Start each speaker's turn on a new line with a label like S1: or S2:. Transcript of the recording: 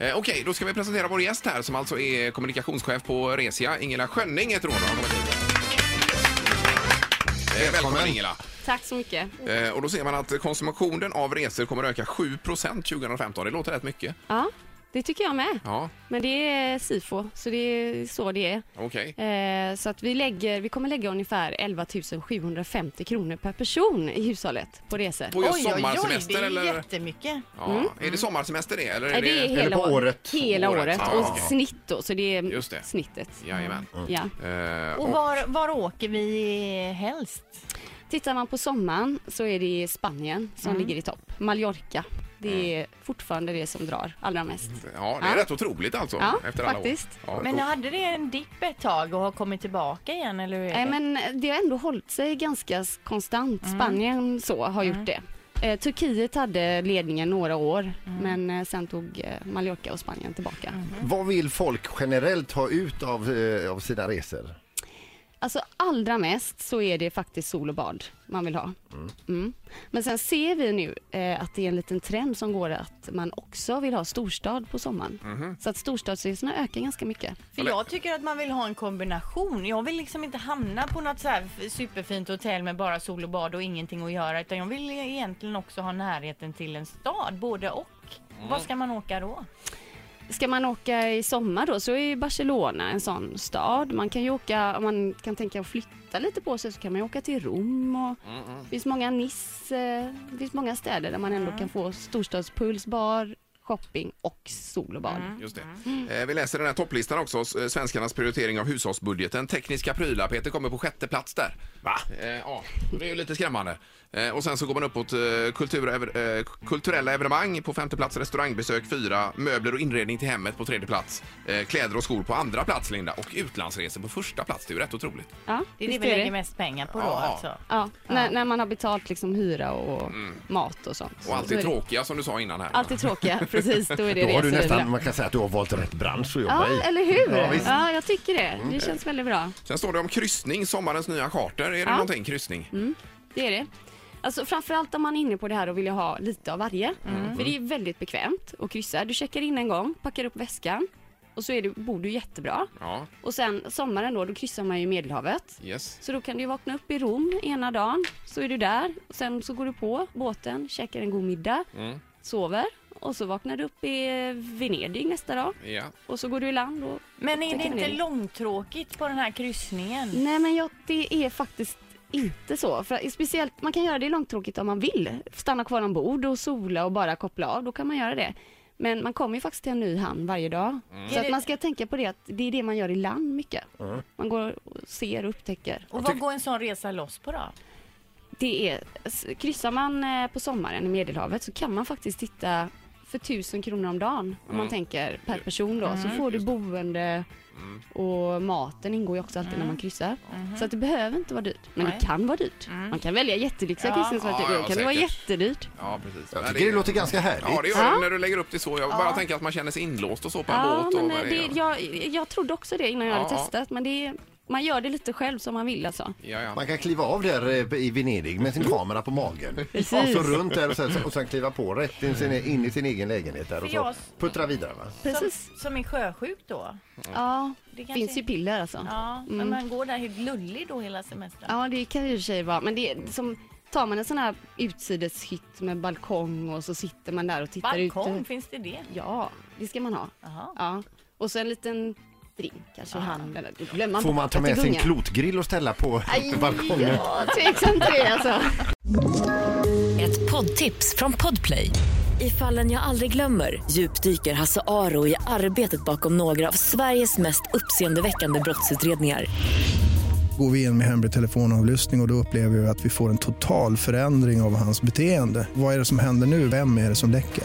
S1: Eh, Okej, då ska vi presentera vår gäst här som alltså är kommunikationschef på Resia. Ingela Schönning heter hon. Hon har kommit hit. Eh, Välkommen Ingela!
S2: Tack så mycket.
S1: Eh, Och då ser man att konsumtionen av resor kommer att öka 7 2015. Det låter rätt mycket.
S2: Ja, det tycker jag med.
S1: Ja,
S2: Men det är SIFO, så det är så det
S1: okej.
S2: är. Eh, Så att vi, lägger, vi kommer lägga ungefär 11 750 kronor per person i hushållet på resor.
S1: På just sommarsemester
S3: det är
S1: eller?
S3: jättemycket.
S1: Ja. Är det sommarsemester det? Eller är
S2: Eh,
S1: det...
S4: eller på
S2: å-
S4: året?
S2: Hela
S1: Året,
S2: året
S1: ja,
S2: och
S1: okej.
S2: snitt då, så det är
S1: Just det.
S2: snittet.
S1: Jajamän.
S2: Ja.
S1: Eh,
S3: Och var, var åker vi helst?
S2: Tittar man på sommaren så är det Spanien som ligger i topp. Mallorca. Det är
S1: Mm.
S2: fortfarande det som drar allra mest.
S1: Ja, det är
S2: Ja.
S1: rätt otroligt alltså.
S2: Ja,
S1: efter alla
S2: faktiskt.
S1: År. Ja,
S3: Men
S1: och-
S3: hade det en dipp ett tag och har kommit tillbaka igen eller hur är
S2: Nej,
S3: det?
S2: men det har ändå hållit sig ganska s- konstant. Spanien så har gjort det. Eh, Turkiet hade ledningen några år, men eh, sen tog eh, Mallorca och Spanien tillbaka.
S4: Vad vill folk generellt ha ut av, eh, av sina resor?
S2: Alltså allra mest så är det faktiskt sol och bad man vill ha. Mm. Men sen ser vi nu eh, att det är en liten trend som går att man också vill ha storstad på sommaren. Så att storstadsresorna ökar ganska mycket.
S3: För jag tycker att man vill ha en kombination. Jag vill liksom inte hamna på något så här f- superfint hotell med bara sol och bad och ingenting att göra utan jag vill e- egentligen också ha närheten till en stad, både och.
S1: Mm.
S3: Var ska man åka då?
S2: Ska man åka i sommar då så är ju Barcelona en sån stad. Man kan ju åka, om man kan tänka att flytta lite på sig så kan man ju åka till Rom och det finns många Nice, eh, det finns många städer där man
S3: Mm.
S2: ändå kan få storstadspuls, bar, shopping och sol och bad.
S3: Mm.
S1: Just det. Eh, Vi läser den här topplistan också, s- eh, svenskarnas prioritering av hushållsbudgeten. Tekniska prylar, Peter kommer på sjätte plats där. Va? Eh, Ja, det är ju lite skrämmande. Eh, Och sen så går man uppåt, eh, kultur, ev- eh, kulturella evenemang på femte plats, restaurangbesök fyra, möbler och inredning till hemmet på tredje plats, eh, kläder och skor på andra plats, Linda, och utlandsresor på första plats. Det är ju rätt otroligt.
S2: Ja,
S3: Det är det
S2: visst
S3: vi
S2: är det.
S3: lägger mest pengar på då
S1: Ja.
S3: alltså.
S2: Ja, När, när man har betalt liksom hyra och
S4: Mm.
S2: mat och sånt.
S1: Och
S2: Så är
S1: alltid
S2: det-
S1: tråkiga som du sa innan här.
S2: Alltid tråkiga, precis. Då är det
S4: Då har du
S2: resehyra.
S4: nästan, man kan säga att du har valt rätt bransch att
S2: Ja,
S4: jobba
S2: eh,
S4: i.
S2: eller hur?
S4: Ja,
S2: Ja,
S4: visst. Mm.
S2: jag tycker det. Det känns väldigt bra.
S1: Sen står det om kryssning, sommarens nya charter. Är det
S2: Ja. Mm.
S1: någonting kryssning?
S2: Det är det. Alltså framförallt om man är inne på det här och vill ha lite av varje. För det är väldigt bekvämt att kryssa. Du checkar in en gång, packar upp väskan och så är du, bor du jättebra.
S1: Ja,
S2: Och sen sommaren då, då kryssar man ju Medelhavet.
S1: yes.
S2: Så då kan du ju vakna upp i Rom ena dagen, så är du där. Och sen så går du på båten, käkar en god middag, sover och så vaknar du upp i Venedig nästa dag.
S1: Ja.
S2: Och så går du i land och...
S3: Men är
S2: Det
S3: det
S2: kan
S3: inte
S2: vi.
S3: långtråkigt på den här kryssningen?
S2: Nej men jag, det är faktiskt inte så. För att- speciellt, man kan göra det långtråkigt om man vill. Stanna kvar ombord och sola och bara koppla av, då kan man göra det. Men man kommer ju faktiskt till en ny hamn varje dag. Så
S3: Mm. Är
S2: att
S3: det- Mm.
S2: man ska tänka på det att det är det man gör i land mycket. Man går och ser och upptäcker.
S3: Och vad går en sån resa loss på då?
S2: Det är, s- kryssar man eh, på sommaren i Medelhavet så kan man faktiskt titta för 1000 kronor om dagen om man tänker per person då.
S1: Mm.
S2: Så får du boende och maten ingår ju också alltid när man
S1: Mm.
S2: kryssar.
S1: Mm-hmm.
S2: Så att det behöver inte vara dyrt. Men
S3: Nej.
S2: det kan vara dyrt. Man kan välja jättelyxiga
S3: Ja.
S2: kryssningsfartyg.
S1: Mm. Ja, ja,
S2: då kan det vara
S1: säkert.
S2: jättedyrt.
S1: Ja, precis.
S4: Jag
S1: Nej,
S4: tycker det låter ganska härligt.
S1: Ja, det gör
S2: Ja.
S1: det när du lägger upp det så. Jag bara tänker att man känner sig inlåst och så på en
S2: Ja,
S1: båt. Och
S2: men eh,
S1: vad
S2: det,
S1: är.
S2: jag, jag trodde också det innan jag
S1: Ja,
S2: hade
S1: ja.
S2: testat. Men det, är- man gör det lite själv som man vill alltså.
S1: Ja, ja.
S4: Man kan kliva av där eh, i Venedig med sin
S1: Mm.
S4: kamera på magen. Och
S2: Precis.
S4: så runt där och sen, och sen kliva på rätt in, sin, e- in i sin egen lägenhet där och
S3: För
S4: så
S3: jag-
S4: puttra vidare. Va?
S2: Precis.
S3: Som, som är sjösjuk då?
S2: Ja,
S3: Det
S2: det
S3: kanske-
S2: finns ju piller alltså.
S3: Ja, men man går där helt lullig då hela semestern.
S2: Ja, det kan ju i och för sig vara. Men det är som, tar man en sån här utsideshytt med balkong och så sitter man där och tittar
S3: Balkong,
S2: ut.
S3: finns det det?
S2: Ja, det ska man ha.
S3: Jaha.
S2: Ja. Och så en liten drink kanske i handen. Det glömmer
S4: Får man
S2: bort
S4: ta
S2: att
S4: med
S2: det
S4: sin
S2: gungar.
S4: klotgrill och ställa på
S2: Aj,
S4: balkongen?
S2: Ja, tveksam till det alltså.
S5: Ett poddtips från Podplay. I fallen jag aldrig glömmer djupdyker Hasse Aro i arbetet bakom några av Sveriges mest uppseendeväckande brottsutredningar.
S6: går vi in med hemlig telefonavlyssning och, och då upplever vi att vi får en total förändring av hans beteende. Vad är det som händer nu? Vem är det som läcker?